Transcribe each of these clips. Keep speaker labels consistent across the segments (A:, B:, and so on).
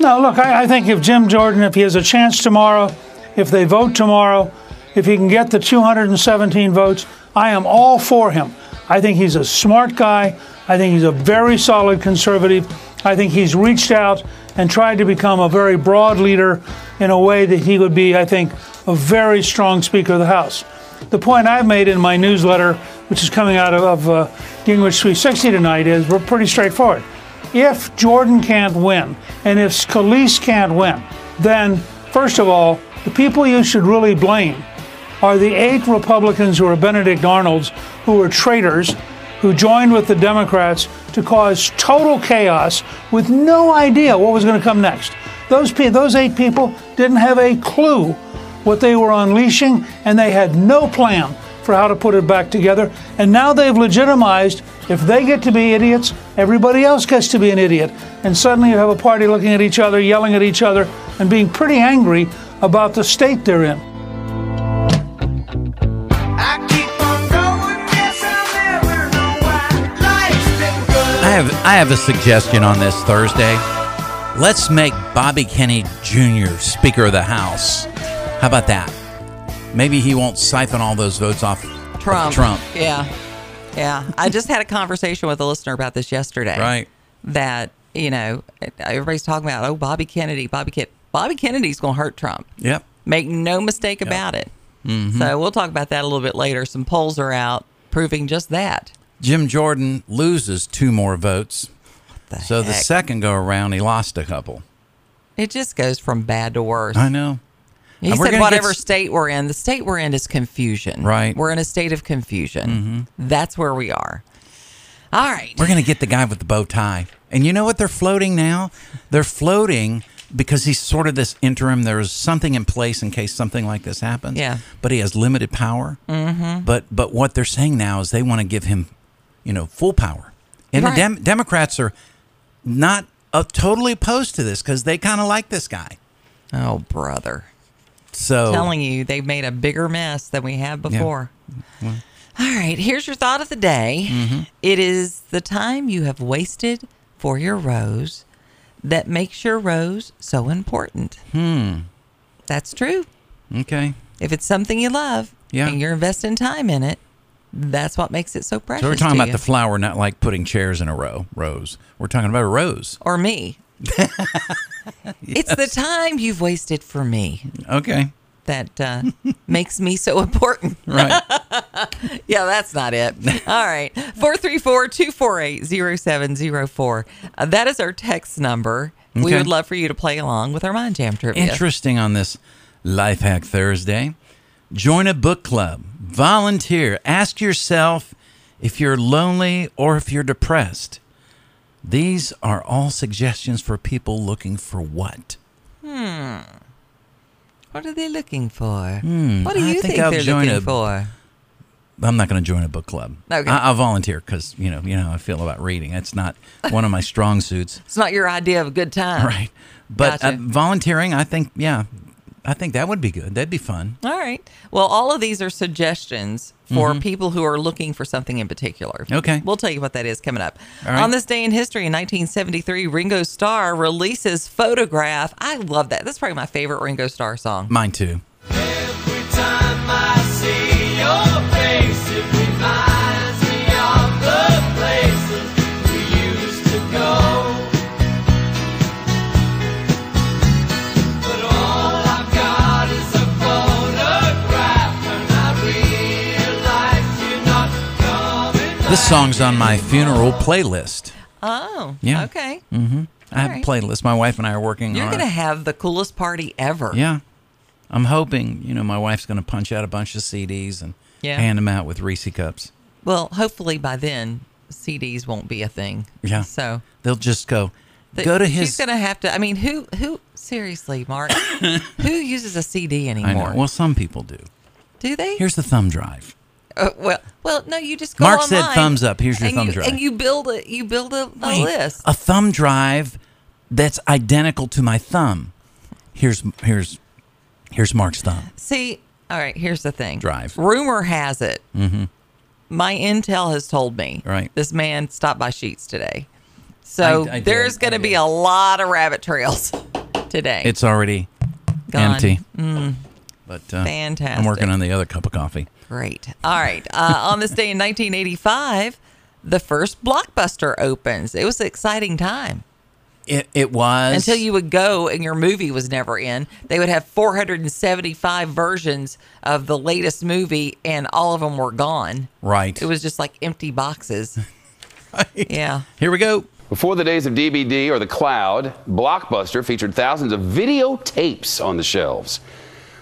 A: No, look, I, I think if Jim Jordan, if he has a chance tomorrow, if they vote tomorrow, if he can get the 217 votes, I am all for him. I think he's a smart guy. I think he's a very solid conservative. I think he's reached out and tried to become a very broad leader in a way that he would be, I think, a very strong Speaker of the House. The point I've made in my newsletter, which is coming out of, of uh, Gingrich 360 tonight, is we're pretty straightforward. If Jordan can't win, and if Scalise can't win, then first of all, the people you should really blame are the eight Republicans who are Benedict Arnolds, who are traitors, who joined with the Democrats to cause total chaos with no idea what was going to come next. Those, pe- those eight people didn't have a clue what they were unleashing, and they had no plan for how to put it back together. And now they've legitimized if they get to be idiots, everybody else gets to be an idiot. And suddenly you have a party looking at each other, yelling at each other, and being pretty angry about the state they're in.
B: I have I have a suggestion on this Thursday. Let's make Bobby Kennedy Jr. Speaker of the House. How about that? Maybe he won't siphon all those votes off of
C: Trump.
B: Trump.
C: Yeah. Yeah. I just had a conversation with a listener about this yesterday.
B: Right.
C: That, you know, everybody's talking about, oh, Bobby Kennedy, Bobby Kennedy. Bobby Kennedy's going to hurt Trump.
B: Yep.
C: Make no mistake about it.
B: Mm-hmm.
C: So we'll talk about that a little bit later. Some polls are out proving just that.
B: Jim Jordan loses two more votes. so the
C: heck?
B: second go around, he lost a couple.
C: It just goes from bad to worse.
B: I know.
C: He
B: And we're
C: said,
B: gonna get
C: whatever
B: s-
C: state we're in, the state we're in is confusion.
B: Right. Mm-hmm.
C: We're in a state of confusion. That's where we are. All right.
B: We're going to get the guy with the bow tie. And you know what they're floating now? They're floating because he's sort of this interim. There's something in place in case something like this happens.
C: Yeah.
B: But he has limited power. Mm-hmm. But but what they're saying now is they want to give him, you know, full power. And
C: Right.
B: the Dem- Democrats are not uh, totally opposed to this because they kind of like this guy.
C: Oh, brother.
B: So
C: telling you they've made a bigger mess than we have before. All right, here's your thought of the day.
B: Mm-hmm.
C: It is the time you have wasted for your rose that makes your rose so important. Hmm. That's true.
B: okay.
C: If it's something you love
B: Yeah.
C: and you're investing time in it, that's what makes it so precious.
B: So we're talking
C: to
B: about
C: you.
B: the flower, not like putting chairs in a row, rows. We're talking about a rose.
C: or me. It's the time you've wasted for me
B: Okay.
C: that uh, makes me so important.
B: Right.
C: Yeah, that's not it. All right. 434 248 0704. Uh, That is our text number. We
B: Okay.
C: would love for you to play along with our Mind Jam trivia.
B: Interesting on this Life Hack Thursday. Join a book club, volunteer, ask yourself if you're lonely or if you're depressed. These are all suggestions for people looking for what?
C: What are they looking for? what do
B: Hmm, I
C: you
B: think
C: think,
B: I'll
C: they're
B: join
C: looking
B: a-
C: for?
B: I'm not going to join a book club.
C: Okay.
B: I, I'll volunteer because you know you know how I feel about reading. That's not one of my strong suits,
C: It's not your idea of a good time.
B: right? But uh,
C: Gotcha.
B: volunteering, I think, yeah, I think that would be good. That'd be fun.
C: All right. Well, all of these are suggestions for people who are looking for something in particular.
B: Mm-hmm. Okay.
C: We'll tell you what that is coming up.
B: All right.
C: On this day in history in 1973, Ringo Starr releases Photograph. I love that. That's probably my favorite Ringo Starr song.
B: Mine too. This song's on my funeral playlist.
C: Oh,
B: Yeah.
C: Okay.
B: I have
C: All
B: a playlist. My wife and I are working
C: You're
B: on.
C: going to have the coolest party ever.
B: yeah, I'm hoping you know my wife's going to punch out a bunch of CDs and
C: Yeah.
B: hand them out with Reese cups.
C: Well, hopefully by then CDs won't be a thing.
B: Yeah.
C: So
B: They'll just go
C: th-
B: go to
C: She's
B: his.
C: going to have to. I mean, who who seriously, Mark? who uses a CD
B: I
C: anymore?
B: know. Well, some people do.
C: Do they?
B: Here's the thumb drive.
C: Uh, well, well, no. You just go
B: Mark said
C: online
B: thumbs up. Here's your
C: and
B: thumb
C: you,
B: drive.
C: And you build a you build a, a
B: Wait,
C: list.
B: A thumb drive that's identical to my thumb. Here's here's here's Mark's thumb.
C: See, all right. Here's the thing.
B: Drive. Mm-hmm.
C: Rumor has it. My intel has told me.
B: Right.
C: This man stopped by Sheets today, So
B: I- I did,
C: there's
B: I
C: going to
B: did.
C: be a lot of rabbit trails today.
B: It's already
C: Gone. Mm.
B: empty. But uh, I'm
C: Fantastic.
B: working on the other cup of coffee.
C: Great. All right. Uh, on this day in 1985, the first blockbuster opens. It was an exciting time.
B: It, it was
C: Until you would go and your movie was never in. They would have 475 versions of the latest movie, and all of them were gone.
B: right.
C: It was just like empty boxes. Yeah.
B: Here we go.
D: Before the days of DVD or the cloud, Blockbuster featured thousands of videotapes on the shelves.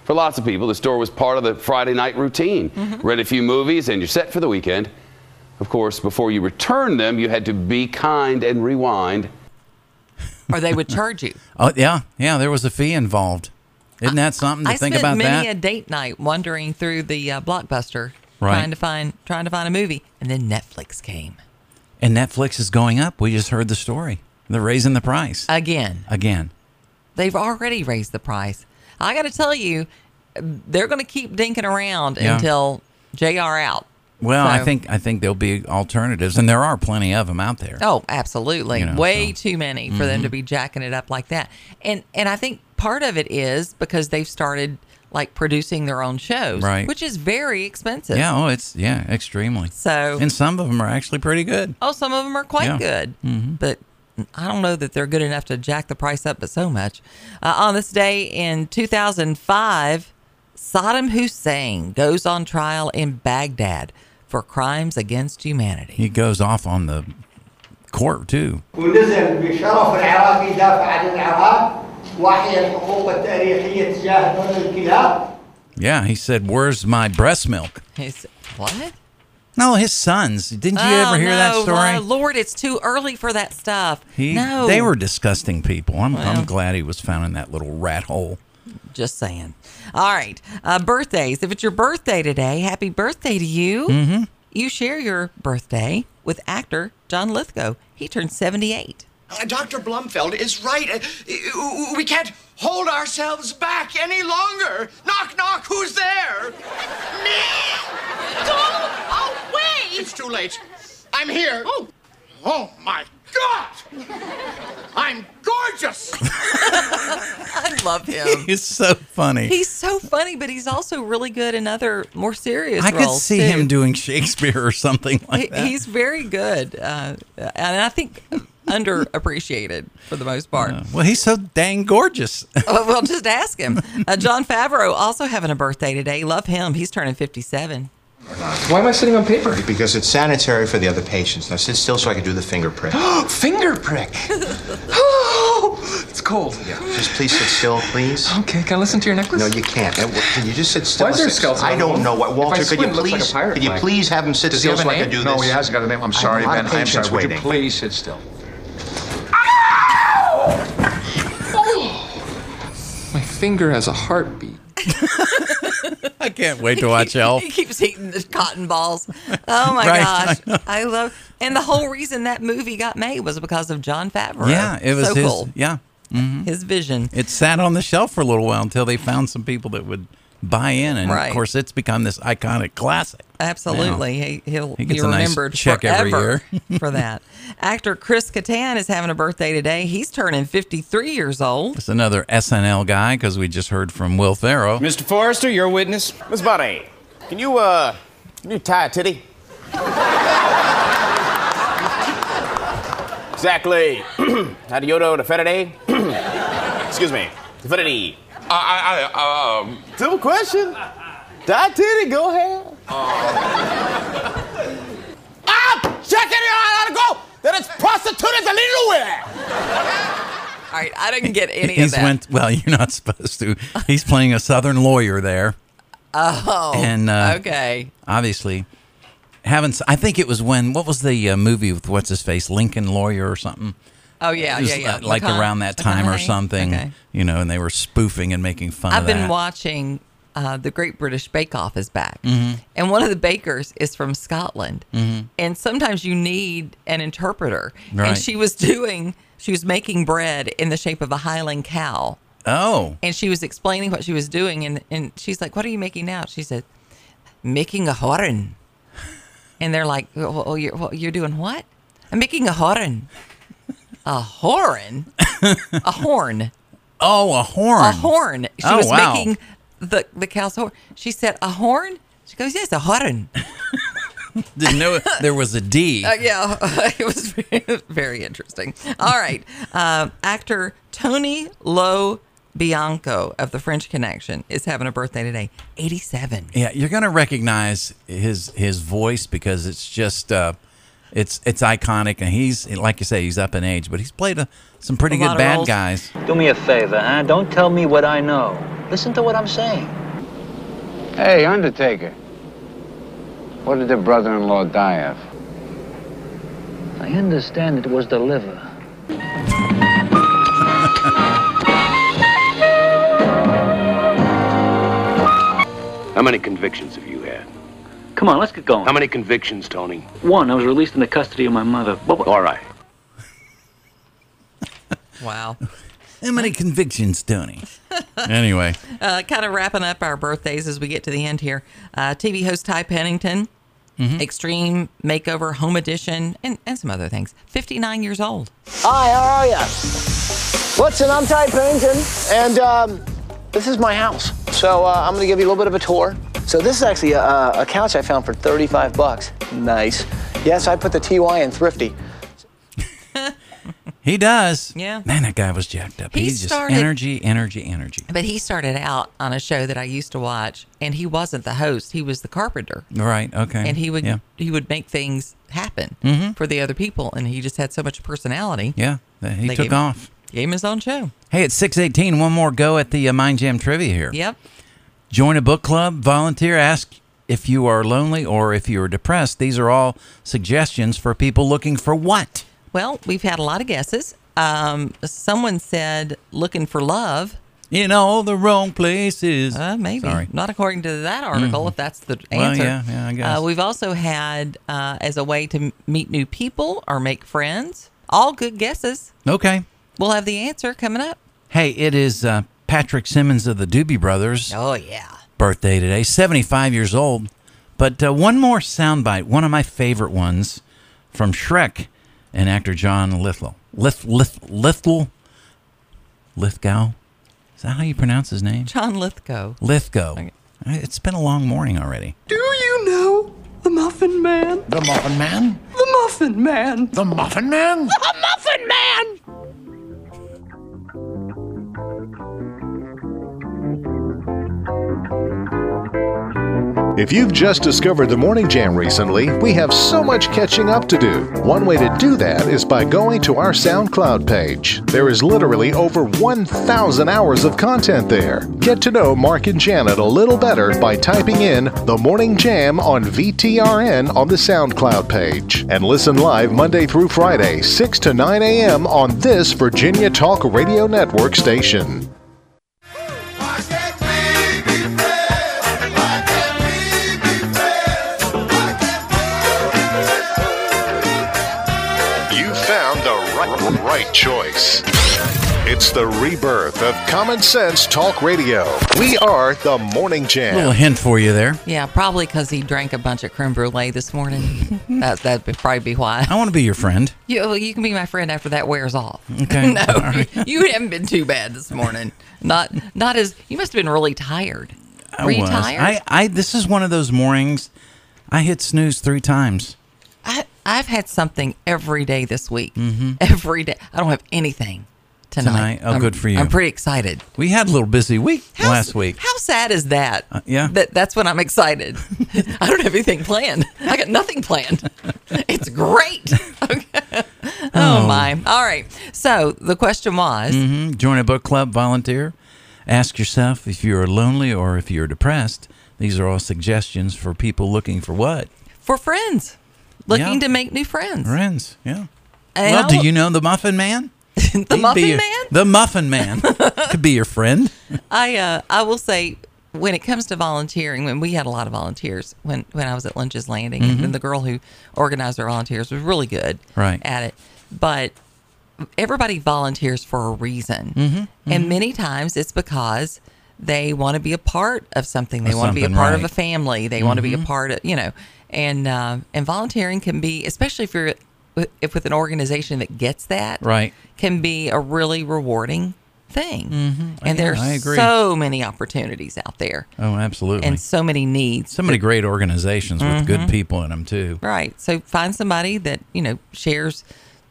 D: For lots of people, the store was part of the Friday night routine. Rent a few movies and you're set for the weekend. Of course, before you returned them, you had to be kind and rewind.
C: Or they would charge you.
B: Oh yeah, yeah. There was a fee involved. Isn't that something to
C: I
B: think
C: spent
B: about
C: many
B: that?
C: a date night wandering through the uh, blockbuster
B: Right.
C: trying to find trying to find a movie, and then Netflix came
B: and Netflix is going up. We just heard the story. They're raising the price
C: Uh, again.
B: again.
C: They've already raised the price. I got to tell you, they're going to keep dinking around
B: Yeah.
C: until JR out.
B: Well, I
C: So-
B: think I think there'll be alternatives, and there are plenty of them out there.
C: Oh, absolutely.
B: You know,
C: Way
B: so- Mm-hmm.
C: too many for them to be jacking it up like that. And and I think part of it is because they've started like producing their own shows,
B: Right.
C: which is very expensive.
B: Yeah, oh, it's yeah, extremely.
C: So
B: and some of them are actually pretty good.
C: Oh, some of them are quite
B: Yeah. Mm-hmm.
C: good, but I don't know that they're good enough to jack the price up, but so much. Uh, on this day in 2005, Saddam Hussein goes on trial in Baghdad for crimes against humanity.
B: He goes off on the court too.
E: ونزل بشرف العراقي دافع عن العراق واحيا الحقوق التاريخيه تجاه هذا الانقلاب
B: Yeah, he said, "Where's my breast milk?"
C: He's, what?
B: No, his sons. Didn't you
C: Oh,
B: ever hear that
C: no,
B: story?
C: Lord, Lord, it's too early for that stuff.
B: He,
C: no,
B: They were disgusting people. I'm,
C: Well.
B: I'm glad he was found in that little rat hole.
C: Just saying. All right. Uh, birthdays. If it's your birthday today, happy birthday to you. Mm-hmm. You share your birthday with actor John Lithgow. He turned 78.
F: Uh, Dr. Blumfeld is right. Uh, uh, We can't hold ourselves back any longer. Knock, knock, who's there?
G: Me? Go away!
F: It's too late. I'm here. Oh, oh my God! I'm gorgeous!
C: I love him.
B: He's so funny.
C: he's so funny, but he's also really good in other more serious
B: I could
C: roles.
B: see
C: too.
B: him doing Shakespeare or something like
C: He-
B: that.
C: He's very good. Uh, and I think underappreciated for the most part.
B: well, he's so dang gorgeous.
C: Well, well, just ask him. Uh, John Favreau also having a birthday today. Love him. He's turning 57.
H: Why am I sitting on paper?
I: Because it's sanitary for the other patients. Now sit still so I can do the finger prick.
H: Finger prick. oh, it's cold.
I: yeah. Just please sit still, please.
H: Okay, can I listen to your necklace?
I: No, you can't. That- Can you just sit still?
H: Why is there a
I: Sit-
H: skeleton
I: I
H: on
I: don't
H: the
I: know
H: wall?
I: what.
H: If
I: Walter,
H: I
I: could you
H: squint, it looks
I: please?
H: like a pirate
I: could you
H: flag.
I: please have him sit
H: Does he
I: still
H: have
I: so
H: a
I: I
H: name?
I: can do
H: no,
I: this?
H: he hasn't got a name. I'm sorry,
I: lot
H: Ben.
I: of
H: I'm
I: patients
H: sorry. Would
I: waiting.
H: you please sit still? My finger has a heartbeat.
B: I can't wait to watch Elf.
C: He keeps eating the cotton balls. Oh my
B: Right, I know.
C: gosh. I, love and the whole reason that movie got made was because of John Favreau.
B: Yeah, it was
C: so
B: his.
C: cool.
B: Yeah,
C: His vision.
B: it sat on the shelf for a little while until they found some people that would buy in, and
C: Right.
B: of course, it's become this iconic classic.
C: Absolutely. He he'll
B: He
C: be
B: gets a nice
C: remembered
B: check every
C: forever for that. Actor Chris Kattan is having a birthday today. He's turning 53 years old.
B: It's another SNL guy because we just heard from Will Farrow.
J: Mr. Forrester, your witness. Miss Bunny, can you, uh, can you tie a titty? exactly. How to yodo to fetiday? Excuse me. To fetiday.
K: I, I, um,
J: Simple question. Tie a titty, go ahead. Ah! Check it out, go! That it's prostitutes illegal with!
C: All right, I didn't get any
B: He's
C: of that.
B: went well. You're not supposed to. He's playing a Southern lawyer there,
C: oh.
B: and uh,
C: okay.
B: obviously haven't. s- I think it was when what was the uh, movie with what's his face Lincoln Lawyer or something.
C: Oh yeah,
B: It was
C: yeah, yeah.
B: li- uh, Like
C: McCon-
B: around that time or
C: McConaughey?
B: something,
C: Okay.
B: you know, and they were spoofing and making fun
C: I've
B: of
C: been
B: that.
C: watching uh, the Great British Bake Off is back,
B: Mm-hmm.
C: and one of the bakers is from Scotland, and sometimes you need an interpreter.
B: Right.
C: And she was doing, she was making bread in the shape of a Highland cow,
B: oh,
C: and she was explaining what she was doing, and and she's like, "What are you making now?" She said, "Making a horn," and they're like, "Well, well, you're, well, you're doing what?" I'm making a horn. A horn? a horn.
B: Oh, a horn.
C: A horn. She
B: Oh,
C: was
B: wow.
C: making the, the cow's horn. She said, a horn? She goes, yes, a horn.
B: Didn't know there was a D.
C: Uh, yeah, it was very, very interesting. All right. Um, actor Tony Lo Bianco of The French Connection is having a birthday today, 87.
B: Yeah, you're gonna recognize his his voice because it's just uh, it's it's iconic, and he's like you say, he's up in age, but he's played a, some pretty
L: A lot
B: good
L: of
B: bad
L: roles.
B: guys.
L: Do me a favor, huh? Don't tell me what I know. Listen to what I'm saying.
M: Hey, Undertaker. What did the brother in law die of?
L: I understand it was the liver.
N: How many convictions have you had?
L: Come on, let's get going.
N: How many convictions, Tony?
L: One, I was released in the custody of my mother.
N: All right.
C: Wow.
B: How many convictions, Tony? anyway,
C: Uh, kind of wrapping up our birthdays as we get to the end here. Uh, TV host Ty Pennington,
B: Mhm.
C: Extreme Makeover Home Edition, and, and some other things. 59 years old.
O: Hi, how are ya? Listen, I'm Ty Pennington, and um, this is my house. So uh, I'm gonna give you a little bit of a tour. So this is actually a, a couch I found for 35 bucks. Nice. Yes, I put the TY in thrifty.
B: he does.
C: Yeah.
B: Man, that guy was jacked up.
C: He
B: he's just
C: started-
B: energy, energy, energy.
C: But he started out on a show that I used to watch, and he wasn't the host, he was the carpenter.
B: Right. Okay.
C: and he would
B: Yeah.
C: he would make things happen
B: Mhm.
C: for the other people and he just had so much personality
B: Yeah. He
C: They
B: took
C: gave-
B: off.
C: gave him his own show
B: Hey, it's six eighteen. One more go at the uh, Mind Jam trivia here.
C: yep
B: Join a book club, volunteer, ask if you are lonely or if you are depressed. These are all suggestions for people looking for what?
C: well we've had a lot of guesses um someone said looking for love
B: in all the wrong places
C: uh maybe
B: Sorry.
C: not according to that article
B: Mhm.
C: if that's the
B: Well,
C: answer
B: yeah, yeah, I guess.
C: Uh, we've also had uh, as a way to m- meet new people or make friends all good guesses
B: Okay.
C: we'll have the answer coming up
B: Hey, it is uh, Patrick Simmons of the Doobie Brothers.
C: Oh, yeah.
B: Birthday today, 75 years old. But uh, one more soundbite, one of my favorite ones from Shrek and actor John Lithgow. Lith, Lith, Lithgow? Lithgow? Is that how you pronounce his name?
C: John Lithgow.
B: Lithgow. It's been a long morning already.
P: Do you know the Muffin Man? The Muffin Man? The Muffin Man. The Muffin Man? The Muffin Man!
Q: If you've just discovered the Morning Jam recently, we have so much catching up to do. One way to do that is by going to our SoundCloud page. There is literally over 1,000 hours of content there. Get to know Mark and Janet a little better by typing in The Morning Jam on VTRN on the SoundCloud page. And listen live Monday through Friday, 6 to 9 a.m. on this Virginia Talk Radio Network station. You found the right, right choice. It's the rebirth of Common Sense Talk Radio. We are the Morning Jam.
B: little hint for you there.
C: Yeah, probably because he drank a bunch of creme brulee this morning. that that'd be- probably be why.
B: I want to be your friend.
C: You, well, you can be my friend after that wears off.
B: Okay.
C: no,
B: All right.
C: you haven't been too bad this morning. Not not as you must have been really tired.
B: I
C: Were you
B: was.
C: tired?
B: I, I, this is one of those mornings I hit snooze three times.
C: I I've had something every day this week. Every day. I don't have anything tonight.
B: Mm-hmm. Tonight? Oh,
C: I'm-
B: good for you.
C: I'm pretty excited.
B: We had a little busy week last week. Uh,
C: How sad is that?
B: yeah.
C: That that's when I'm excited. I don't have anything planned. I got nothing planned. It's great. Okay. Oh,
B: Oh.
C: my. All right. So the question was,
B: hmm Join a book club, volunteer. Ask yourself if you are lonely or if you're depressed. These are all suggestions for people looking for what?
C: for friends. Looking
B: Yeah.
C: to make new friends.
B: Friends, yeah.
C: And
B: well, do
C: I'll-
B: you know the Muffin Man?
C: the Muffin Man?
B: The Muffin Man could be your friend.
C: I uh, I will say when it comes to volunteering, when we had a lot of volunteers when when I was at Lynch's Landing,
B: Mhm.
C: and then the girl who organized our volunteers was really good
B: Right.
C: at it. But everybody volunteers for a reason,
B: Mhm,
C: and many times it's because they want to be a part of something. They
B: Of
C: want to be a
B: something,
C: part of
B: right.
C: a family. They want to be a
B: Mhm.
C: part of you know, and uh, and volunteering can be especially if you're with- if with an organization that gets that,
B: Right.
C: can be a really rewarding thing.
B: Mhm.
C: And
B: Yeah,
C: there's
B: I agree.
C: so many opportunities out there,
B: Oh, absolutely.
C: and so many needs.
B: so many great organizations with
C: Mhm.
B: good people in them too.
C: Right. So find somebody that, you know, shares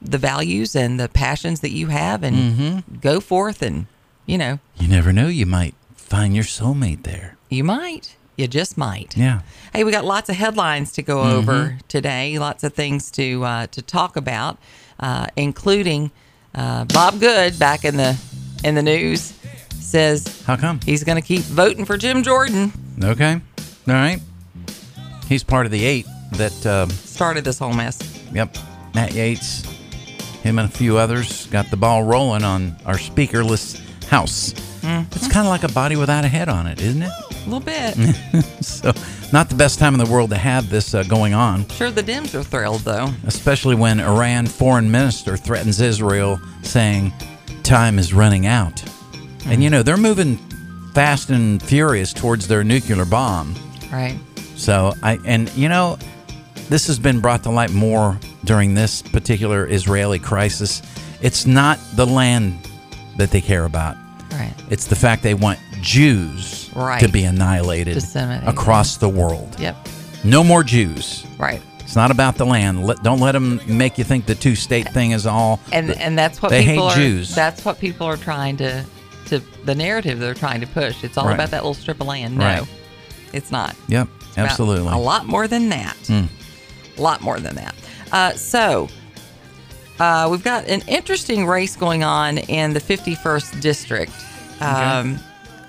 C: the values and the passions that you have and
B: Mm-hmm.
C: go forth and, you know,
B: You never know, you might find your soulmate there.
C: you might. You just might.
B: Yeah. Mm-hmm.
C: Hey, we got lots of headlines to go over today. Lots of things to uh, to talk about, uh, including uh, Bob Good back in the in the news says
B: how come
C: he's going to keep voting for Jim Jordan.
B: Okay. All right. He's part of the eight that um,
C: started this whole mess.
B: Yep. Matt Yates, him and a few others got the ball rolling on our speakerless house.
C: Mhm.
B: It's kind of like a body without a head on it, isn't it?
C: A little bit.
B: so, not the best time in the world to have this uh, going on.
C: Sure, the Dems are thrilled though.
B: especially when Iran foreign minister threatens Israel, saying time is running out. And you know they're moving fast and furious towards their nuclear bomb.
C: Right.
B: So I and you know this has been brought to light more during this particular Israeli crisis. It's not the land that they care about.
C: Right.
B: It's the fact they want Jews
C: Right.
B: to be annihilated
C: Disseminated.
B: across the world.
C: Yep.
B: No more Jews.
C: Right.
B: It's not about the land. Let, don't let them make you think the two state thing is all.
C: And and that's what
B: they
C: people
B: hate
C: are,
B: Jews.
C: That's what people are trying to to the narrative they're trying to push. It's all
B: Right.
C: about that little strip of land. No,
B: Right.
C: it's not.
B: Yep,
C: It's about
B: absolutely.
C: A lot more than that.
B: Mm.
C: A lot more than that. Uh, so. Uh, we've got an interesting race going on in the 51st district. Um,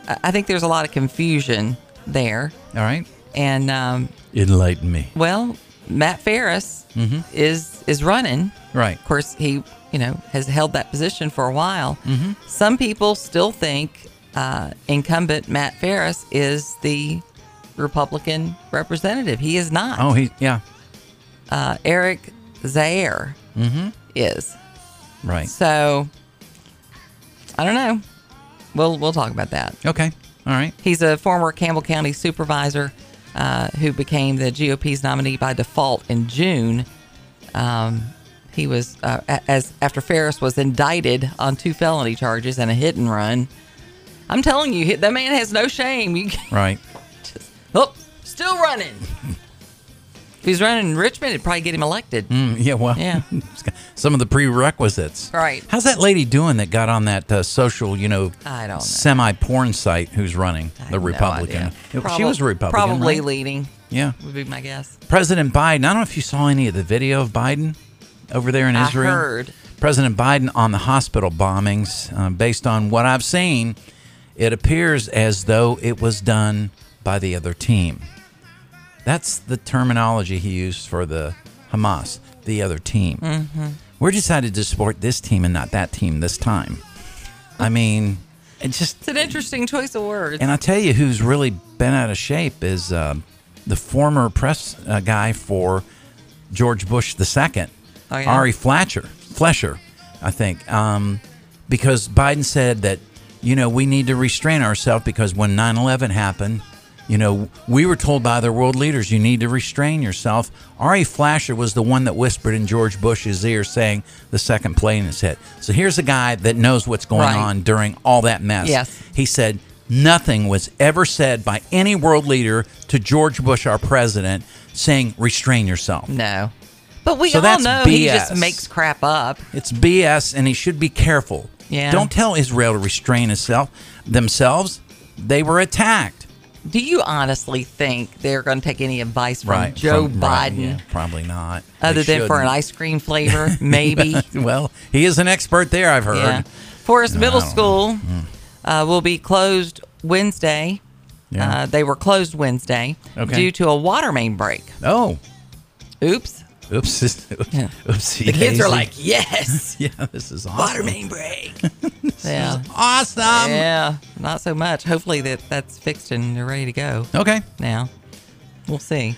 C: I I think there's a lot of confusion there.
B: All right.
C: And um,
B: Enlighten me.
C: well, Matt Ferris
B: Mhm.
C: is is running.
B: Right.
C: Of course, he you know has held that position for a while.
B: Mhm.
C: Some people still think uh, incumbent Matt Ferris is the Republican representative. He is not.
B: Oh, he yeah.
C: Uh, Eric Zaire
B: Mhm.
C: is
B: Right.
C: So I don't know. We'll we'll talk about that.
B: Okay. All right.
C: He's a former Campbell County supervisor uh, who became the GOP's nominee by default in June. Um, he was uh, a- as after Ferris was indicted on two felony charges and a hit and run. I'm telling you, that man has no shame. You can-
B: Right.
C: oh, still running. if he's running in Richmond, it'd probably get him elected.
B: Mm, yeah. Well.
C: Yeah.
B: Some of the prerequisites.
C: Right.
B: How's that lady doing that got on that uh, social, you know,
C: I don't know.
B: semi porn site who's running the Republican? It-
C: Probab-
B: she was a Republican.
C: Probably
B: right?
C: leading.
B: Yeah.
C: Would be my guess.
B: President Biden. I don't know if you saw any of the video of Biden over there in
C: I
B: Israel.
C: heard.
B: President Biden on the hospital bombings. Um, based on what I've seen, it appears as though it was done by the other team. That's the terminology he used for the Hamas, the other team.
C: Mhm.
B: We're decided to support this team and not that team this time. I mean, it just
C: It's an interesting choice of words.
B: and I tell you who's really been out of shape is uh, the former press uh, guy for George Bush the second,
C: Oh, yeah?
B: Ari Fletcher. Flesher, I think, um, because Biden said that you know we need to restrain ourselves because when 9/11 happened. You know, we were told by the world leaders, you need to restrain yourself. Ari Flasher was the one that whispered in George Bush's ear saying the second plane is hit. So here's a guy that knows what's going
C: Right.
B: on during all that mess.
C: Yes.
B: He said, Nothing was ever said by any world leader to George Bush, our president, saying, restrain yourself.
C: No. But we
B: So
C: all
B: that's
C: know he just
B: BS.
C: makes crap up.
B: It's BS, and he should be careful.
C: Yeah.
B: Don't tell Israel to restrain itself, themselves. They were attacked.
C: Do you honestly think they're going to take any advice from
B: right.
C: Joe
B: from-
C: Biden
B: right, yeah, probably not. They
C: other than for an
B: shouldn't.
C: ice cream flavor? Maybe.
B: well, he is an expert there, I've heard.
C: Yeah. Forest
B: No,
C: Middle
B: I don't
C: School uh, will be closed Wednesday.
B: Yeah.
C: Uh, they were closed Wednesday
B: Okay.
C: due to a water main break.
B: Oh.
C: Oops.
B: Oops. Oopsie.
C: The kids
B: daisy.
C: are like, yes.
B: yeah, this is awesome.
C: Water main break. yeah.
B: Awesome.
C: Yeah. Not so much. Hopefully that that's fixed and they're ready to go.
B: Okay.
C: Now, we'll see.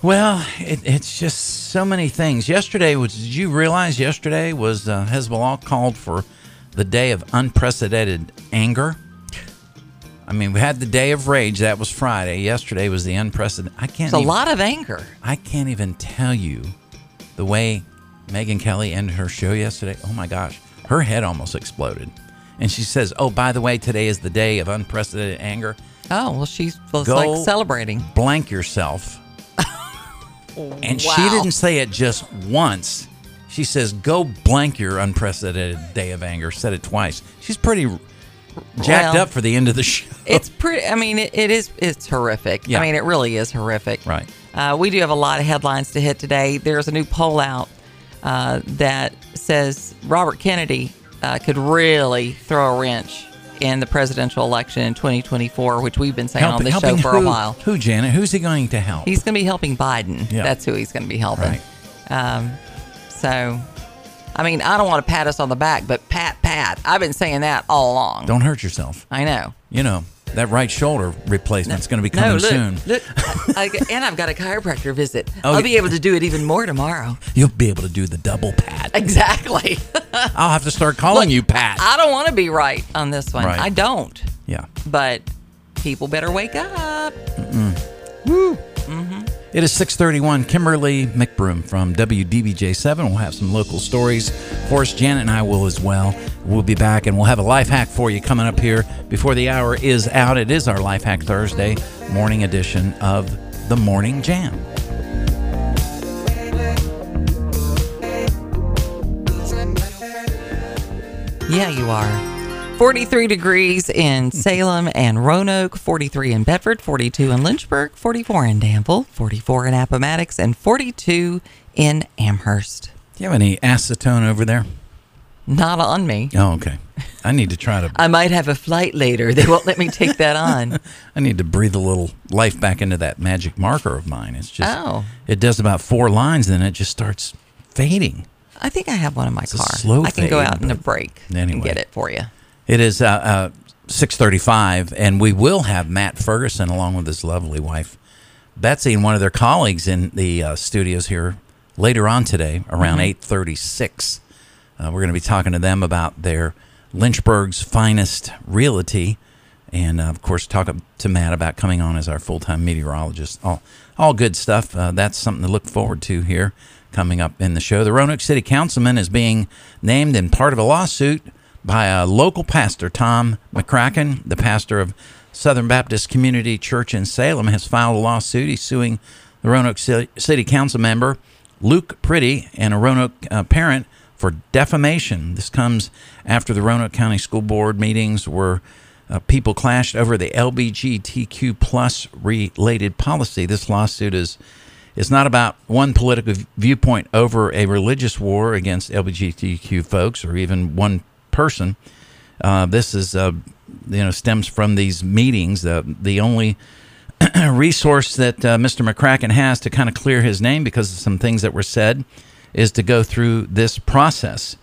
B: Well, it, it's just so many things. Yesterday was, did you realize yesterday was uh, Hezbollah called for the day of unprecedented anger? I mean, we had the day of rage. That was Friday. Yesterday was the unprecedented. I can't.
C: It's a
B: even-
C: lot of anger.
B: I can't even tell you the way Megan Kelly ended her show yesterday. Oh my gosh, her head almost exploded. And she says, "Oh, by the way, today is the day of unprecedented anger."
C: Oh well, she's well, it's like celebrating.
B: Blank yourself. and she didn't say it just once. She says, "Go blank your unprecedented day of anger." Said it twice. She's pretty jacked
C: Well,
B: up for the end of the show.
C: It's pretty. I mean, it, it is. It's horrific.
B: Yeah.
C: I mean, it really is horrific.
B: Right.
C: Uh, we do have a lot of headlines to hit today. There's a new poll out uh, that says Robert Kennedy uh, could really throw a wrench in the presidential election in 2024, which we've been saying on
B: Helping-
C: this show
B: helping
C: for a
B: who-
C: while.
B: Who, Janet? Who's he going to help?
C: He's going to be helping Biden.
B: Yeah.
C: That's who he's going to be helping.
B: Right.
C: Um, so, I mean, I don't want to pat us on the back, but pat, pat. I've been saying that all along.
B: Don't hurt yourself.
C: I know.
B: You know that right shoulder replacement's going to be
C: No,
B: coming
C: look,
B: soon.
C: Look, I, and I've got a chiropractor visit.
B: Oh,
C: I'll
B: yeah.
C: be able to do it even more tomorrow.
B: You'll be able to do the double pat.
C: Exactly.
B: I'll have to start calling you Pat.
C: I don't want to be right on this one.
B: Right.
C: I don't.
B: Yeah.
C: But people better wake up.
B: Mm. It is 631. Kimberly McBroom from WDBJ7 will have some local stories. Of course, Janet and I will as well. We'll be back and we'll have a life hack for you coming up here before the hour is out. It is our Life Hack Thursday morning edition of The Morning Jam.
C: Yeah, you are. 43 degrees in Salem and Roanoke, 43 in Bedford, 42 in Lynchburg, 44 in Danville, 44 in Appomattox, and 42 in Amherst.
B: Do you have any acetone over there?
C: Not on me.
B: Oh, okay. I need to try to.
C: I might have a flight later. They won't let me take that on.
B: I need to breathe a little life back into that magic marker of mine. It's just.
C: Oh.
B: It does about four lines, then it just starts fading.
C: I think I have one in my
B: a
C: car.
B: slow
C: I can go
B: fade,
C: out in a
B: but
C: break and
B: anyway.
C: get it for you.
B: It is uh, uh, six thirty-five, and we will have Matt Ferguson along with his lovely wife Betsy and one of their colleagues in the uh, studios here later on today, around
R: Mhm.
B: eight thirty-six. Uh, we're going to be talking to them about their Lynchburg's finest realty, and uh, of course, talk to Matt about coming on as our full-time meteorologist. All, all good stuff. Uh, that's something to look forward to here coming up in the show. The Roanoke City Councilman is being named in part of a lawsuit by a local pastor, Tom McCracken, the pastor of Southern Baptist Community Church in Salem, has filed a lawsuit. He's suing the Roanoke Ci- City Council member Luke Pretty and a Roanoke uh, parent for defamation. This comes after the Roanoke County School Board meetings were uh, people clashed over the LBGTQ plus related policy. This lawsuit is is not about one political viewpoint over a religious war against LBGTQ folks or even one person. Uh, this is uh, you know stems from these meetings. Uh, the only resource that uh, Mr. McCracken has to kind of clear his name because of some things that were said is to go through this process.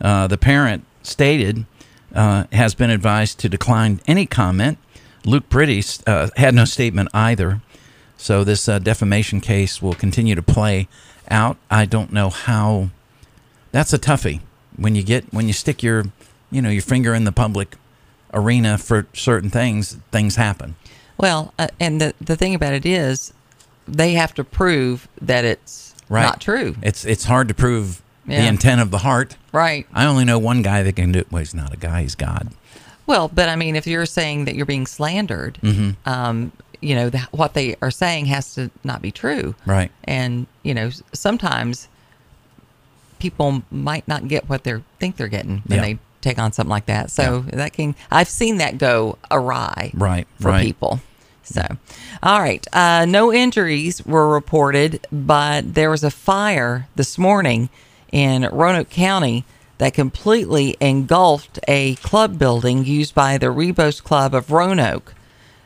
B: Uh, the parent stated uh, has been advised to decline any comment. Luke Pretty uh, had no statement either. So this uh, defamation case will continue to play out. I don't know how. That's a toughie when you get when you stick your you know your finger in the public arena for certain things. Things happen.
C: Well, uh, and the, the thing about it is, they have to prove that it's
B: Right.
C: not true.
B: It's it's hard to prove the
C: Yeah.
B: intent of the heart.
C: Right.
B: I only know one guy that can do it. Well, he's not a guy. He's God.
C: Well, but I mean, if you're saying that you're being slandered,
B: Mhm.
C: um, you know, the, what they are saying has to not be true.
B: Right.
C: And, you know, s- sometimes people might not get what they think they're getting when
B: Yeah.
C: they take on something like that. So that can, I've seen that go awry.
B: Right,
C: For
B: right.
C: people. So, all right. Uh, no injuries were reported, but there was a fire this morning in Roanoke County that completely engulfed a club building used by the Rebos Club of Roanoke.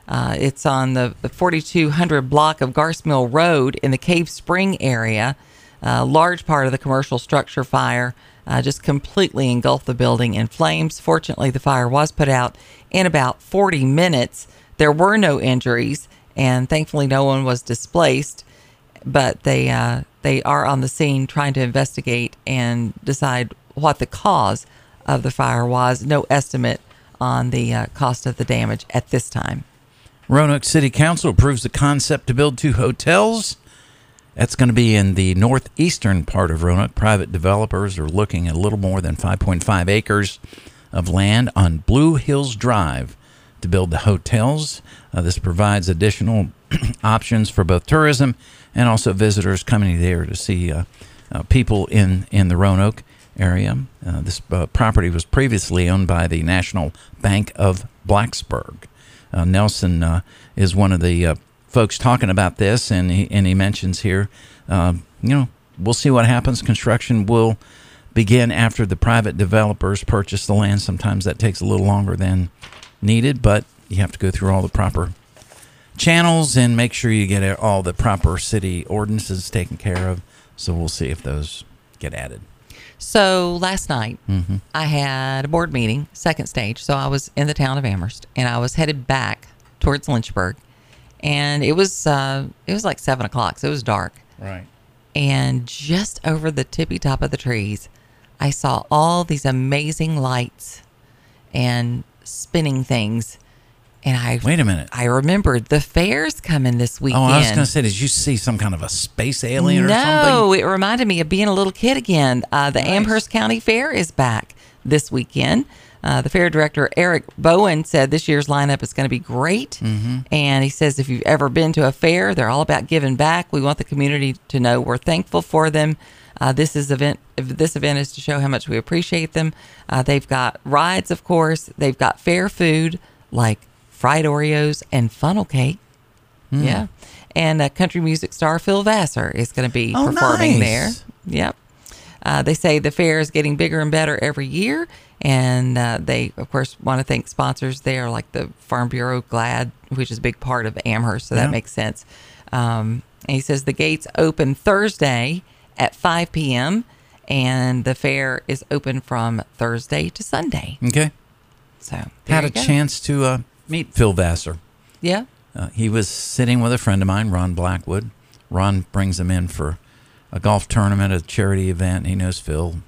C: Uh, it's on the, the 4200 block of Garstmill Road in the Cave Spring area. A large part of the commercial structure fire uh, just completely engulfed the building in flames. Fortunately, the fire was put out in about 40 minutes. There were no injuries, and thankfully, no one was displaced. But they uh, they are on the scene trying to investigate and decide what the cause of the fire was. No estimate on the uh, cost of the damage at this time.
B: Roanoke City Council approves the concept to build two hotels That's going to be in the northeastern part of Roanoke. Private developers are looking at a little more than 5.5 acres of land on Blue Hills Drive to build the hotels. Uh, this provides additional options for both tourism and also visitors coming there to see uh, uh, people in, in the Roanoke area. Uh, this uh, property was previously owned by the National Bank of Blacksburg. Uh, Nelson uh, is one of the uh, folks talking about this, and he, and he mentions here, uh, you know, we'll see what happens. Construction will begin after the private developers purchase the land. Sometimes that takes a little longer than needed, but you have to go through all the proper channels and make sure you get all the proper city ordinances taken care of. So we'll see if those get added.
C: So last night,
B: Mhm.
C: I had a board meeting, second stage. So I was in the town of Amherst, and I was headed back towards Lynchburg, and it was uh, it was like seven o'clock, so it was dark.
B: Right.
C: And just over the tippy top of the trees, I saw all these amazing lights and spinning things. And I
B: wait a minute.
C: I remembered the fair's coming this weekend.
B: Oh, I was going to say, did you see some kind of a space alien or
C: no,
B: something?
C: it reminded me of being a little kid again. Uh, the Amherst County Fair is back this weekend. Uh, the fair director, Eric Bowen, said this year's lineup is going to be great.
B: Mhm.
C: And he says, if you've ever been to a fair, they're all about giving back. We want the community to know we're thankful for them. Uh, this is event. This event is to show how much we appreciate them. Uh, they've got rides, of course. They've got fair food like fried Oreos and funnel cake.
B: Hmm.
C: Yeah, and uh, country music star Phil Vassar is going to be
B: Oh, nice.
C: performing there. Yep. Uh, they say the fair is getting bigger and better every year, and uh, they, of course, want to thank sponsors there like the Farm Bureau GLAD, which is a big part of Amherst, so
B: Yeah.
C: that makes sense. Um, and he says the gates open Thursday at 5 p.m., and the fair is open from Thursday to Sunday.
B: Okay.
C: So there
B: Had
C: you
B: a
C: go.
B: chance to uh, meet Phil Vassar.
C: Yeah.
B: Uh, he was sitting with a friend of mine, Ron Blackwood. Ron brings him in for a golf tournament, a charity event. He knows Phil.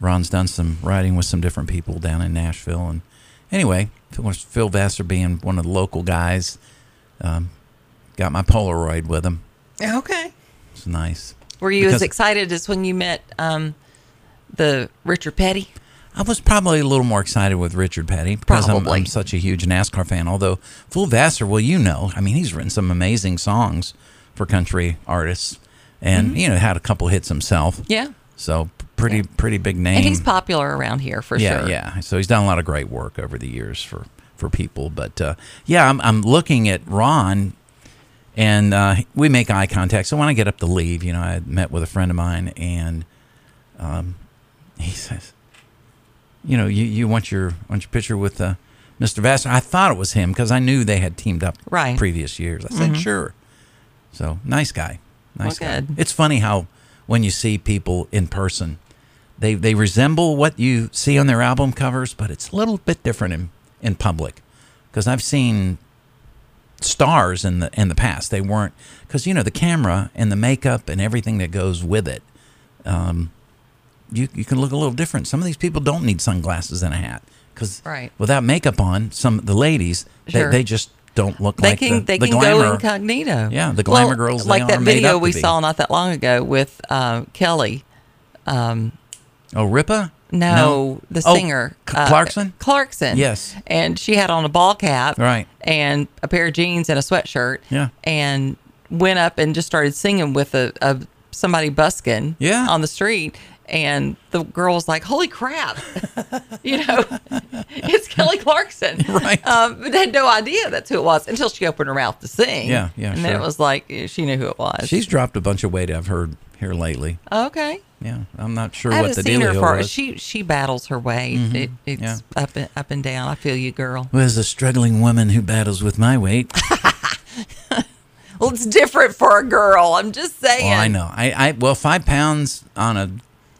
B: Ron's done some riding with some different people down in Nashville. And anyway, Phil- Phil Vassar being one of the local guys, um, got my Polaroid with him.
C: Okay.
B: It's nice.
C: Were you as
B: Because-
C: excited as when you met um, the Richard Petty?
B: I was probably a little more excited with Richard Petty because I'm, I'm such a huge NASCAR fan. Although Phil Vassar, well, you know, I mean, he's written some amazing songs for country artists, and
C: Mhm.
B: you know, had a couple hits himself.
C: Yeah.
B: So p- pretty, pretty big name.
C: And he's popular around here for
B: yeah,
C: sure.
B: Yeah, So he's done a lot of great work over the years for for people. But uh, yeah, I'm, I'm looking at Ron, and uh, we make eye contact. So when I get up to leave, you know, I had met with a friend of mine, and um, he says, "You know, you, you want your want your picture with uh, Mr. Vassar?" I thought it was him because I knew they had teamed up
C: Right.
B: previous years. I said,
C: Mhm.
B: "Sure." So nice guy, nice
C: Well,
B: guy.
C: good.
B: It's funny how when you see people in person, they they resemble what you see on their album covers, but it's a little bit different in in public. Because I've seen stars in the in the past. They weren't because you know the camera and the makeup and everything that goes with it. Um, you you can look a little different. Some of these people don't need sunglasses and a hat because
C: Right.
B: without makeup on, some the ladies
C: Sure.
B: they, they just don't look
C: They
B: like
C: can
B: the,
C: they
B: the
C: can
B: glamour.
C: go incognito.
B: Yeah, the
C: Well,
B: glamour girls. they
C: like that
B: are made
C: video
B: up
C: we
B: to be.
C: saw not that long ago with uh, Kelly. Um,
B: Oh, Ripa?
C: no, the
B: Oh,
C: singer
B: C-
C: uh,
B: Clarkson.
C: Clarkson.
B: Yes.
C: and she had on a ball cap,
B: Right.
C: and a pair of jeans and a sweatshirt.
B: Yeah.
C: and went up and just started singing with a, a somebody busking.
B: Yeah.
C: on the street. And the girl's like, "Holy crap!" you know, it's Kelly Clarkson. Right. Um, but had no idea that's who it was until she opened her mouth to sing.
B: Yeah, yeah,
C: And then it
B: sure.
C: was like she knew who it was.
B: She's dropped a bunch of weight. I've heard here lately.
C: okay.
B: Yeah, I'm not sure
C: I haven't
B: what the
C: seen
B: deal
C: her for.
B: was.
C: She she battles her way.
B: Mhm,
C: It, it's
B: yeah.
C: up and up and down. I feel you, girl.
B: Well, as a struggling woman who battles with my weight,
C: Well, it's different for a girl. I'm just saying.
B: well, Oh, I know. I, I well, five pounds on a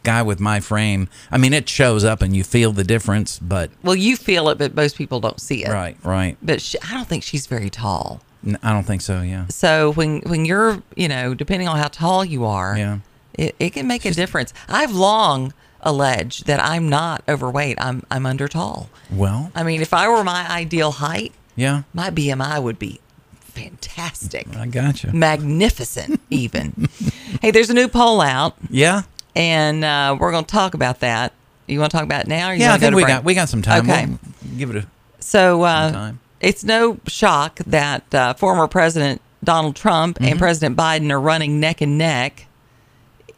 B: guy with my frame. I mean, it shows up and you feel the difference. But
C: Well, you feel it, but most people don't see it.
B: right, right.
C: But she, I don't think she's very tall.
B: N- I don't think so. Yeah.
C: So when when you're you know depending on how tall you are,
B: Yeah.
C: it, it can make a difference. I've long alleged that I'm not overweight. I'm I'm under tall.
B: Well,
C: I mean, if I were my ideal height,
B: yeah.
C: my BMI would be fantastic.
B: I gotcha.
C: Mm. Magnificent, even. hey, there's a new poll out,
B: Yeah.
C: and uh, we're going to talk about that. You want to talk about it now? Or you
B: Yeah, I
C: wanna go
B: think
C: to
B: we
C: break?
B: got we got some time.
C: Okay.
B: We'll give it a
C: So uh, it's no shock that uh, former President Donald Trump and President Biden are running neck and neck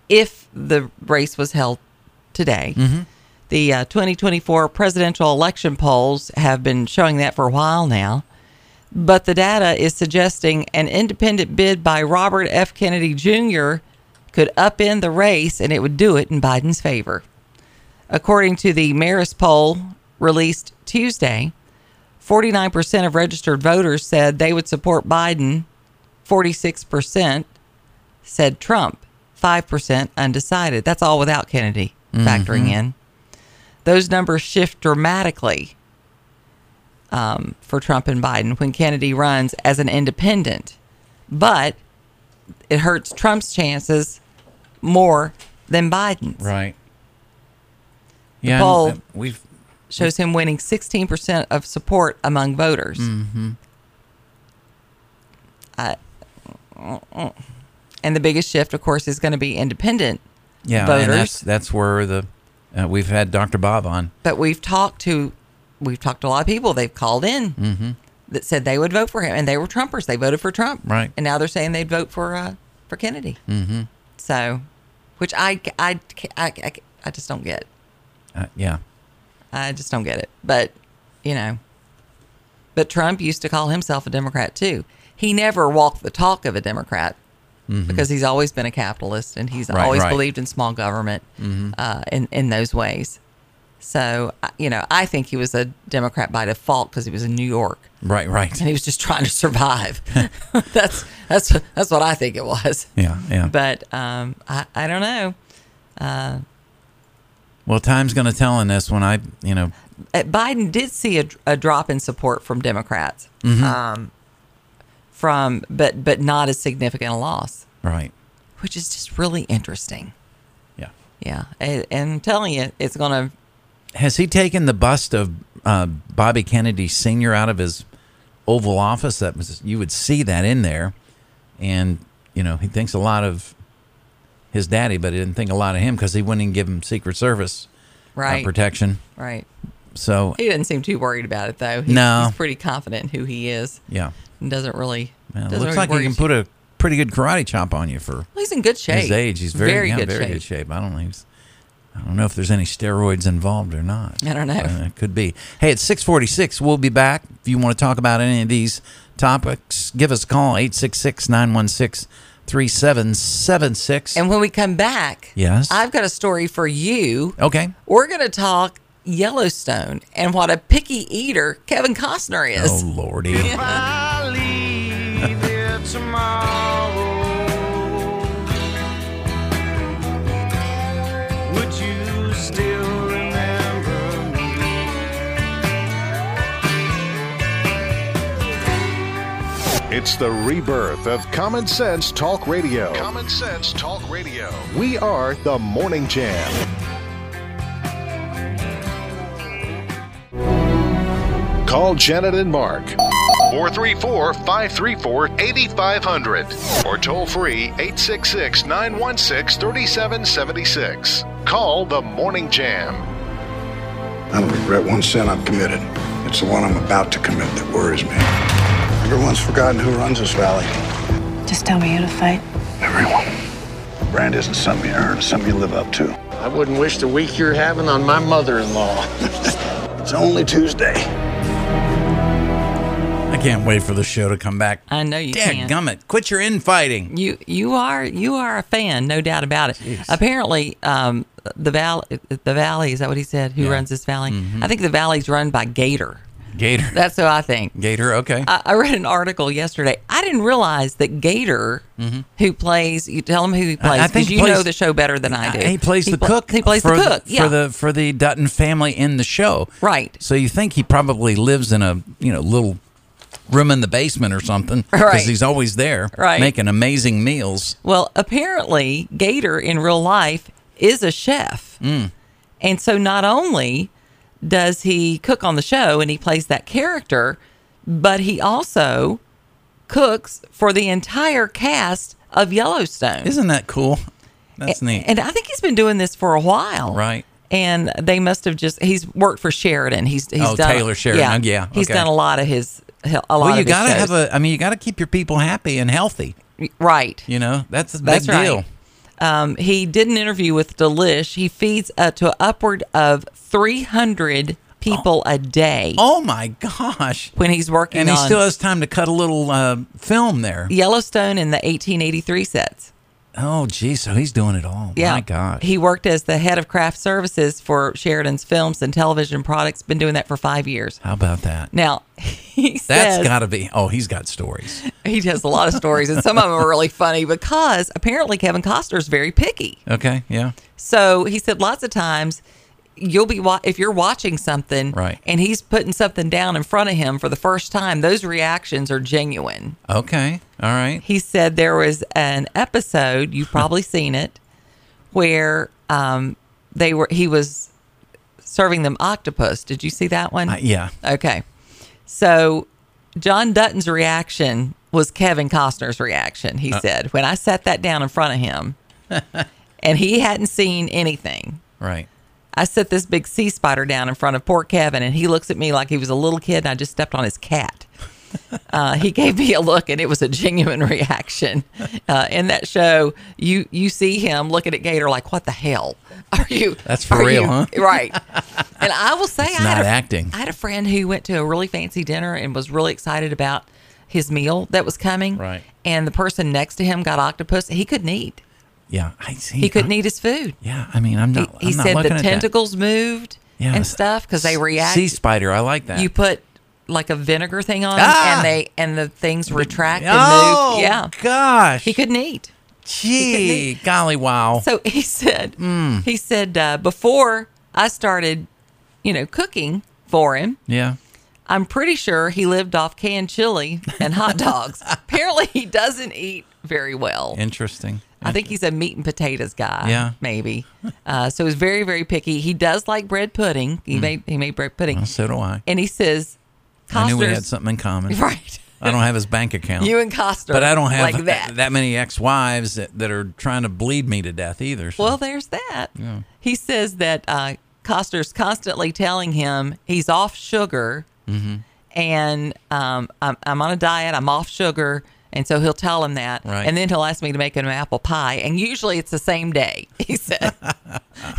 C: if the race was held today.
G: Mhm.
C: The uh, 2024 presidential election polls have been showing that for a while now. But the data is suggesting an independent bid by Robert F. Kennedy Jr. could upend the race and it would do it in Biden's favor. According to the Marist poll released Tuesday, 49% of registered voters said they would support Biden, 46% said Trump, 5% undecided. That's all without Kennedy factoring
G: Mhm.
C: in. Those numbers shift dramatically um, for Trump and Biden when Kennedy runs as an independent, but it hurts Trump's chances more than Biden's.
B: Right.
C: The
B: Yeah, and,
C: poll
B: uh, we've-
C: shows him winning 16% of support among voters.
B: Mhm.
C: I, and the biggest shift, of course, is going to be independent
B: yeah, and that's
C: voters.
B: that's where the uh, we've had Dr. Bob on.
C: But we've talked to we've talked to a lot of people. They've called in
B: Mhm.
C: that said they would vote for him, and they were Trumpers. They voted for Trump,
B: Right.
C: And now they're saying they'd vote for uh, for Kennedy.
B: Mm-hmm.
C: So, which I, I, I, I, I just don't get.
B: Uh, yeah.
C: I just don't get it. But, you know, but Trump used to call himself a Democrat too. He never walked the talk of a Democrat
G: Mhm.
C: because he's always been a capitalist and he's
G: Right,
C: always
G: right.
C: believed in small government
G: Mhm.
C: uh, in, in those ways. So, I- you know, I think he was a Democrat by default because he was in New York.
B: Right, right.
C: And he was just trying to survive. that's that's that's what I think it was.
B: Yeah, yeah.
C: But um, I, I don't know. Uh,
B: Well, time's going to tell on this one. I, you know,
C: uh, Biden did see a, a drop in support from Democrats,
B: Mhm.
C: um, from but but not as significant a loss,
B: right.
C: which is just really interesting.
B: Yeah.
C: yeah, and, and I'm telling you, it's gonna.
B: Has he taken the bust of uh, Bobby Kennedy Sr. out of his Oval Office? That was you would see that in there, and you know he thinks a lot of his daddy, but he didn't think a lot of him because he wouldn't even give him Secret Service uh,
C: Right.
B: protection.
C: Right.
B: So
C: He didn't seem too worried about it though. He's,
B: No.
C: he's pretty confident in who he is.
B: Yeah.
C: and doesn't really.
B: man, it
C: doesn't
B: looks
C: really
B: like he
C: worry
B: can
C: too-
B: put a pretty good karate chop on you for
C: Well, he's in good shape.
B: His age, he's very
C: Very
B: yeah,
C: good
B: very
C: shape.
B: good shape. I don't know. He's, I don't know if there's any steroids involved or not.
C: I don't know.
B: Uh, it could be. Hey, it's 646. We'll be back. If you want to talk about any of these topics, give us a call, 866-916-3776.
C: And when we come back,
B: Yes.
C: I've got a story for you.
B: Okay.
C: We're going to talk Yellowstone and what a picky eater Kevin Costner is.
B: Oh, Lordy.
G: Would you still remember me?
Q: It's the rebirth of Common Sense Talk Radio.
G: Common Sense Talk Radio.
Q: We are the Morning Jam. Call Janet and Mark. 434 534 8500 or toll free 866 916 3776. Call the Morning Jam.
R: I don't regret one sin I've committed. It's the one I'm about to commit that worries me. Everyone's forgotten who runs this valley.
S: Just tell me you to fight.
R: Everyone. Brand isn't something you earn, it's something you live up to.
M: I wouldn't wish the week you're having on my mother-in-law.
R: It's only Tuesday.
B: I can't wait for the show to come back.
C: I know you can't.
B: gummit. Quit your infighting.
C: You you are you are a fan, no doubt about it. Apparently, um, the valley the valley is that what he said? Who runs this valley?
B: Mhm.
C: I think the valley's run by Gator.
B: Gator.
C: That's who I think.
B: Gator, okay.
C: I, I read an article yesterday. I didn't realize that Gator,
B: Mhm.
C: who plays, you tell him who he plays
B: I
C: because
B: think he
C: you know
B: plays-
C: the show better than I do.
B: Uh, He plays the
C: pla-
B: cook.
C: He plays
B: for
C: the cook. yeah.
B: for the for the Dutton family in the show.
C: Right.
B: So you think he probably lives in a you know little room in the basement or something because
C: Right.
B: he's always there
C: Right.
B: making amazing meals.
C: well, apparently, Gator in real life is a chef.
B: Mm.
C: And so not only does he cook on the show and he plays that character, but he also cooks for the entire cast of Yellowstone.
B: Isn't that cool? That's neat.
C: And I think he's been doing this for a while.
B: Right.
C: And they must have just he's worked for Sheridan. He's he's
B: Oh,
C: done,
B: Taylor Sheridan. Yeah,
C: He's
B: okay.
C: done a lot of his a lot
B: well, you
C: of his
B: gotta have
C: shows.
B: a. I mean, you gotta keep your people happy and healthy.
C: Right.
B: You know, that's a big
C: That's right.
B: deal.
C: Um, he did an interview with Delish. He feeds up to upward of 300 people a day.
B: Oh my gosh!
C: When he's working,
B: And he
C: on
B: still has time to cut a little uh, film there.
C: Yellowstone in the 1883 sets.
B: Oh, geez. So he's doing it all. My God.
C: He worked as the head of craft services for Sheridan's Films and Television Products. Been doing that for five years.
B: How about that?
C: Now, he
B: That's
C: says
B: got to be. Oh, he's got stories.
C: he does a lot of stories, and some of them are really funny because apparently Kevin Costner is very picky.
B: Okay. Yeah.
C: So he said lots of times you'll be wa- if you're watching something
B: Right.
C: and he's putting something down in front of him for the first time, those reactions are genuine.
B: Okay. All right.
C: He said there was an episode you've probably seen it where um, they were he was serving them octopus. Did you see that one?
B: uh, yeah.
C: Okay. So John Dutton's reaction was Kevin Costner's reaction. He
B: Uh.
C: said when I sat that down in front of him, and he hadn't seen anything.
B: Right.
C: I set this big sea spider down in front of poor Kevin, and he looks at me like he was a little kid, and I just stepped on his cat. Uh, he gave me a look, and it was a genuine reaction. Uh, in that show, you you see him looking at Gator like, "What the hell are you?"
B: That's for
C: are
B: real,
C: you-"
B: huh?
C: Right. And I will say, I had
B: not
C: a,
B: acting.
C: I had a friend who went to a really fancy dinner and was really excited about his meal that was coming.
B: Right.
C: And the person next to him got octopus. He couldn't eat.
B: Yeah. I see. Uh,
C: He, couldn't eat his food.
B: Yeah. I mean, I'm not.
C: He
B: I'm not
C: said the
B: looking at that.
C: tentacles moved
B: Yeah,
C: and
B: s-
C: stuff because they react.
B: Sea spider. I like that.
C: You put like a vinegar thing on
B: Ah!
C: and they and the things retract
B: Oh,
C: and move. Yeah.
B: Gosh.
C: He couldn't eat.
B: Gee. Golly. Wow.
C: So he said
B: Hmm.
C: he said uh, before I started, you know, cooking for him,
B: yeah.
C: I'm pretty sure he lived off canned chili and hot dogs. Apparently he doesn't eat very well.
B: Interesting.
C: I think he's a meat and potatoes guy.
B: Yeah.
C: maybe. Uh, so he's very, very picky. He does like bread pudding. He
B: Mm.
C: made he made bread pudding,
B: Well, so do I.
C: and he says,
B: I knew we had
C: Costner's-
B: something in common.
C: Right.
B: I don't have his bank account.
C: You and Costner
B: But I don't have
C: like that.
B: many ex-wives that, that are trying to bleed me to death either. So.
C: Well, there's that.
B: Yeah.
C: He says that uh, Costner's constantly telling him he's off sugar
B: Mhm.
C: and um, I'm, I'm on a diet. I'm off sugar. And so he'll tell him that.
B: Right.
C: And then he'll ask me to make him an apple pie. And usually it's the same day, he said.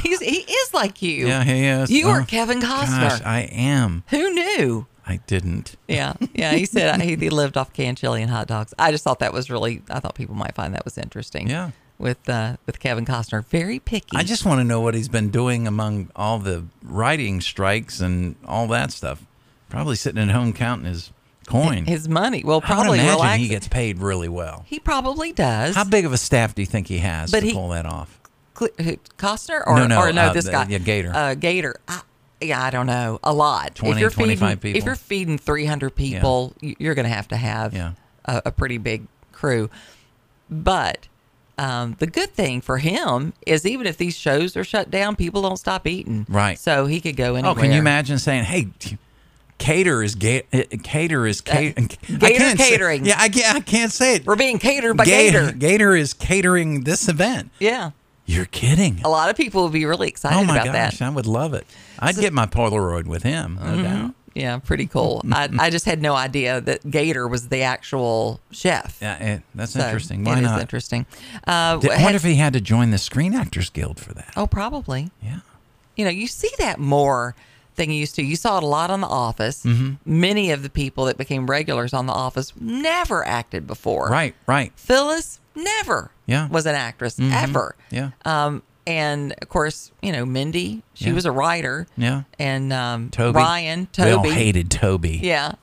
C: he's, he is like you.
B: Yeah, he is.
C: You are
B: Oh,
C: Kevin Costner.
B: Gosh, I am.
C: Who knew?
B: I didn't.
C: Yeah, yeah. He said he, he lived off canned chili and hot dogs. I just thought that was really. I thought people might find that was interesting.
B: Yeah.
C: With uh, with Kevin Costner, very picky.
B: I just want to know what he's been doing among all the writing strikes and all that stuff. Probably sitting at home counting his coin.
C: his money.
B: I
C: Well,
B: would
C: probably
B: imagine
C: relax.
B: he gets paid really well.
C: He probably does.
B: How big of a staff do you think he has
C: But
B: to
C: he-
B: pull that off?
C: Cl- who- Costner or
B: No, no,
C: or no
B: uh,
C: this
B: the-
C: guy
B: yeah, Gator.
C: Uh, Gator. I, yeah, I don't know. A lot.
B: 20, 25
C: feeding,
B: people.
C: If you're feeding 300 people, y- you're going to have to have
B: Yeah.
C: a, a pretty big crew. But um, the good thing for him is even if these shows are shut down, people don't stop eating.
B: Right.
C: So he could go anywhere.
B: Oh, can you imagine saying, "Hey, t- cater is ga- uh, cater is ca-
C: Uh,
B: I
C: Gator
B: can't say-
C: catering.
B: yeah, I can't, I can't say it.
C: We're being catered by
B: Ga-
C: Gator.
B: Gator is catering this event.
C: Yeah.
B: You're kidding.
C: A lot of people would be really excited
B: oh my
C: about that.
B: gosh, I would love it. I'd
C: So-
B: get my Polaroid with him, no
C: Mhm.
B: doubt.
C: Yeah, pretty cool. I, I just had no idea that Gator was the actual chef.
B: Yeah, eh, that's
C: So,
B: interesting.
C: it
B: Why
C: is
B: not?
C: interesting. Uh,
B: Did- I
C: had-
B: wonder if he had to join the Screen Actors Guild for that.
C: oh, probably. Yeah. You know, you see that more than you used to. You saw it a lot on The Office.
B: Mhm.
C: Many of the people that became regulars on The Office never acted before.
B: Right, right.
C: Phyllis never
B: Yeah.
C: was an actress
B: Mhm.
C: ever.
B: Yeah.
C: Um, and of course, you know, Mindy, she
B: Yeah.
C: was a writer.
B: Yeah.
C: And um,
B: Toby.
C: Ryan, Toby.
B: We all hated Toby.
C: Yeah.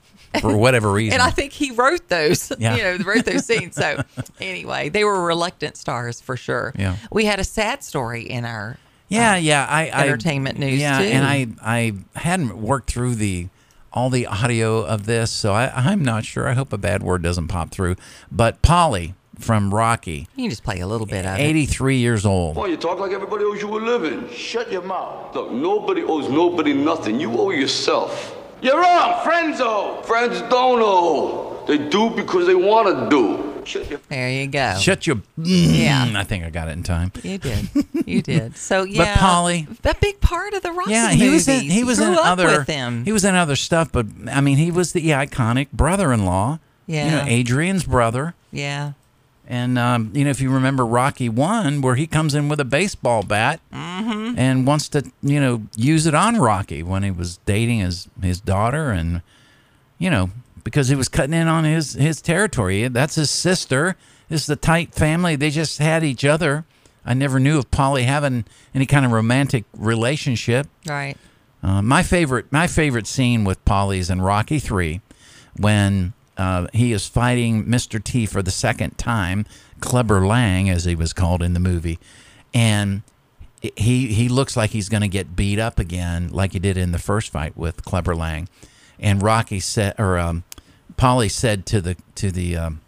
B: For whatever reason.
C: And I think he wrote those,
B: Yeah.
C: you know, wrote those scenes. So anyway, they were reluctant stars for sure.
B: Yeah.
C: We had a sad story in our
B: Yeah,
C: uh,
B: yeah. I, I
C: entertainment news
B: Yeah,
C: too.
B: and I I hadn't worked through the all the audio of this, so I, I'm not sure. I hope a bad word doesn't pop through. But Polly from Rocky,
C: you can just play a little bit of it.
B: 83 years old.
T: Boy, you talk like everybody owes you a living. Shut your mouth. Look, nobody owes nobody nothing. You owe yourself. You're wrong. Friends owe. Friends don't owe. They do because they want to do. Shut your
C: There you go.
B: Shut your. mm,
C: Yeah.
B: I think I got it in time.
C: You did. You did. So
B: But
C: yeah.
B: Polly-
C: a big part of the Rocky
B: Yeah, he was in.
C: movies.
B: He was
C: Grew
B: in
C: up
B: other.
C: with him.
B: He was in other stuff, but I mean, he was the iconic brother-in-law. You know,
C: Yeah.
B: Adrian's brother.
C: Yeah.
B: And um, you know, if you remember Rocky One, where he comes in with a baseball bat
C: Mhm.
B: and wants to, you know, use it on Rocky when he was dating his his daughter, and you know, because he was cutting in on his his territory. That's his sister. This is the tight family. They just had each other. I never knew of Polly having any kind of romantic relationship.
C: Right.
B: Uh, my favorite, my favorite scene with Polly is in Rocky Three, when uh, he is fighting Mr. T for the second time, Clever Lang, as he was called in the movie, and he he looks like he's going to get beat up again, like he did in the first fight with Clever Lang, and Rocky said, or um, Polly said to the to the um,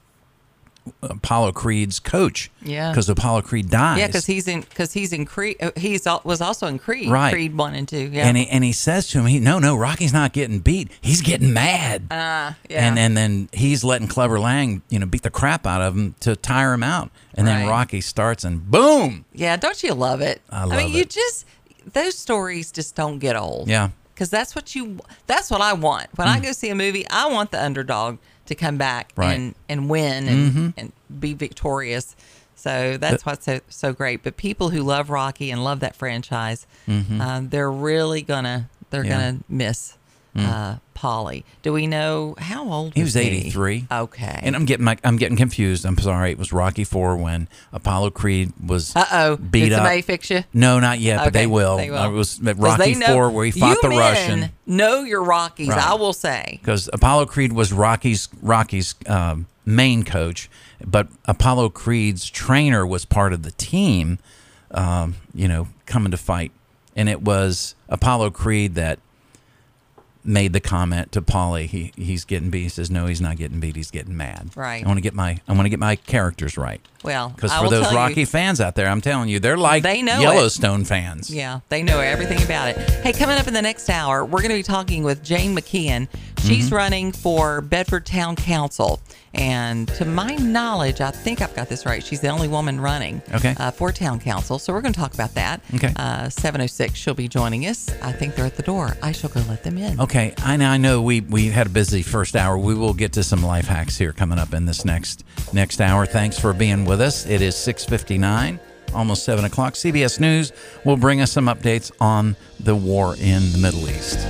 B: Apollo Creed's coach,
C: Yeah.
B: because Apollo Creed dies,
C: Yeah, because he's in because he's in Creed. uh, He's al- was also in Creed.
B: Right.
C: Creed one and two. Yeah.
B: And he and he says to him, he no no Rocky's not getting beat, he's getting mad.
C: Uh, yeah.
B: And and then he's letting Clever Lang, you know, beat the crap out of him to tire him out. And then
C: Right.
B: Rocky starts and boom.
C: yeah. Don't you love it?
B: I
C: I mean,
B: love
C: you just those stories just don't get old.
B: Yeah. Mm.
C: Because that's what you. That's what I want when I go see a movie. I want the underdog to come back
B: Right.
C: and and win and,
B: Mhm.
C: and be victorious. So that's what's so so great. But people who love Rocky and love that franchise,
B: Mhm.
C: um, they're really gonna they're
B: Yeah.
C: gonna miss
B: Mm.
C: uh, Polly. Do we know how old
B: He was
C: he?
B: 83.
C: Okay.
B: And I'm getting my I'm getting confused. I'm sorry. It was Rocky 4 when Apollo Creed was
C: Uh-oh.
B: beat
C: Did
B: up.
C: somebody fix you?
B: No, not yet, but they
C: Okay,
B: will.
C: they will.
B: Uh, It was at
C: 'Cause
B: Rocky
C: they know-
B: 4 where he fought
C: you
B: the
C: men
B: Russian.
C: Know your Rockies,
B: Right.
C: I will say.
B: because Apollo Creed was Rocky's Rocky's um, main coach, but Apollo Creed's trainer was part of the team. Um, you know, coming to fight, and it was Apollo Creed that made the comment to Polly. He he's getting beat. He says, "No, he's not getting beat. He's getting mad."
C: Right.
B: I want to get my I want to get my characters right.
C: Well,
B: because
C: I
B: for
C: will
B: those
C: tell you-
B: Rocky fans out there, I'm telling you, they're like
C: They know it.
B: Yellowstone fans.
C: Yeah, they know everything about it. Hey, coming up in the next hour, we're going to be talking with Jane McKeon. She's
B: Mhm.
C: running for Bedford Town Council. And to my knowledge, I think I've got this right. She's the only woman running
B: Okay.
C: uh, for Town Council. So we're going to talk about that.
B: Okay.
C: Uh, 706, she'll be joining us. I think they're at the door. I shall go let them in.
B: Okay, I know, I know we, we had a busy first hour. We will get to some life hacks here coming up in this next next hour. Thanks for being with us. It is 6.59, almost 7 o'clock. CBS News will bring us some updates on the war in the Middle East.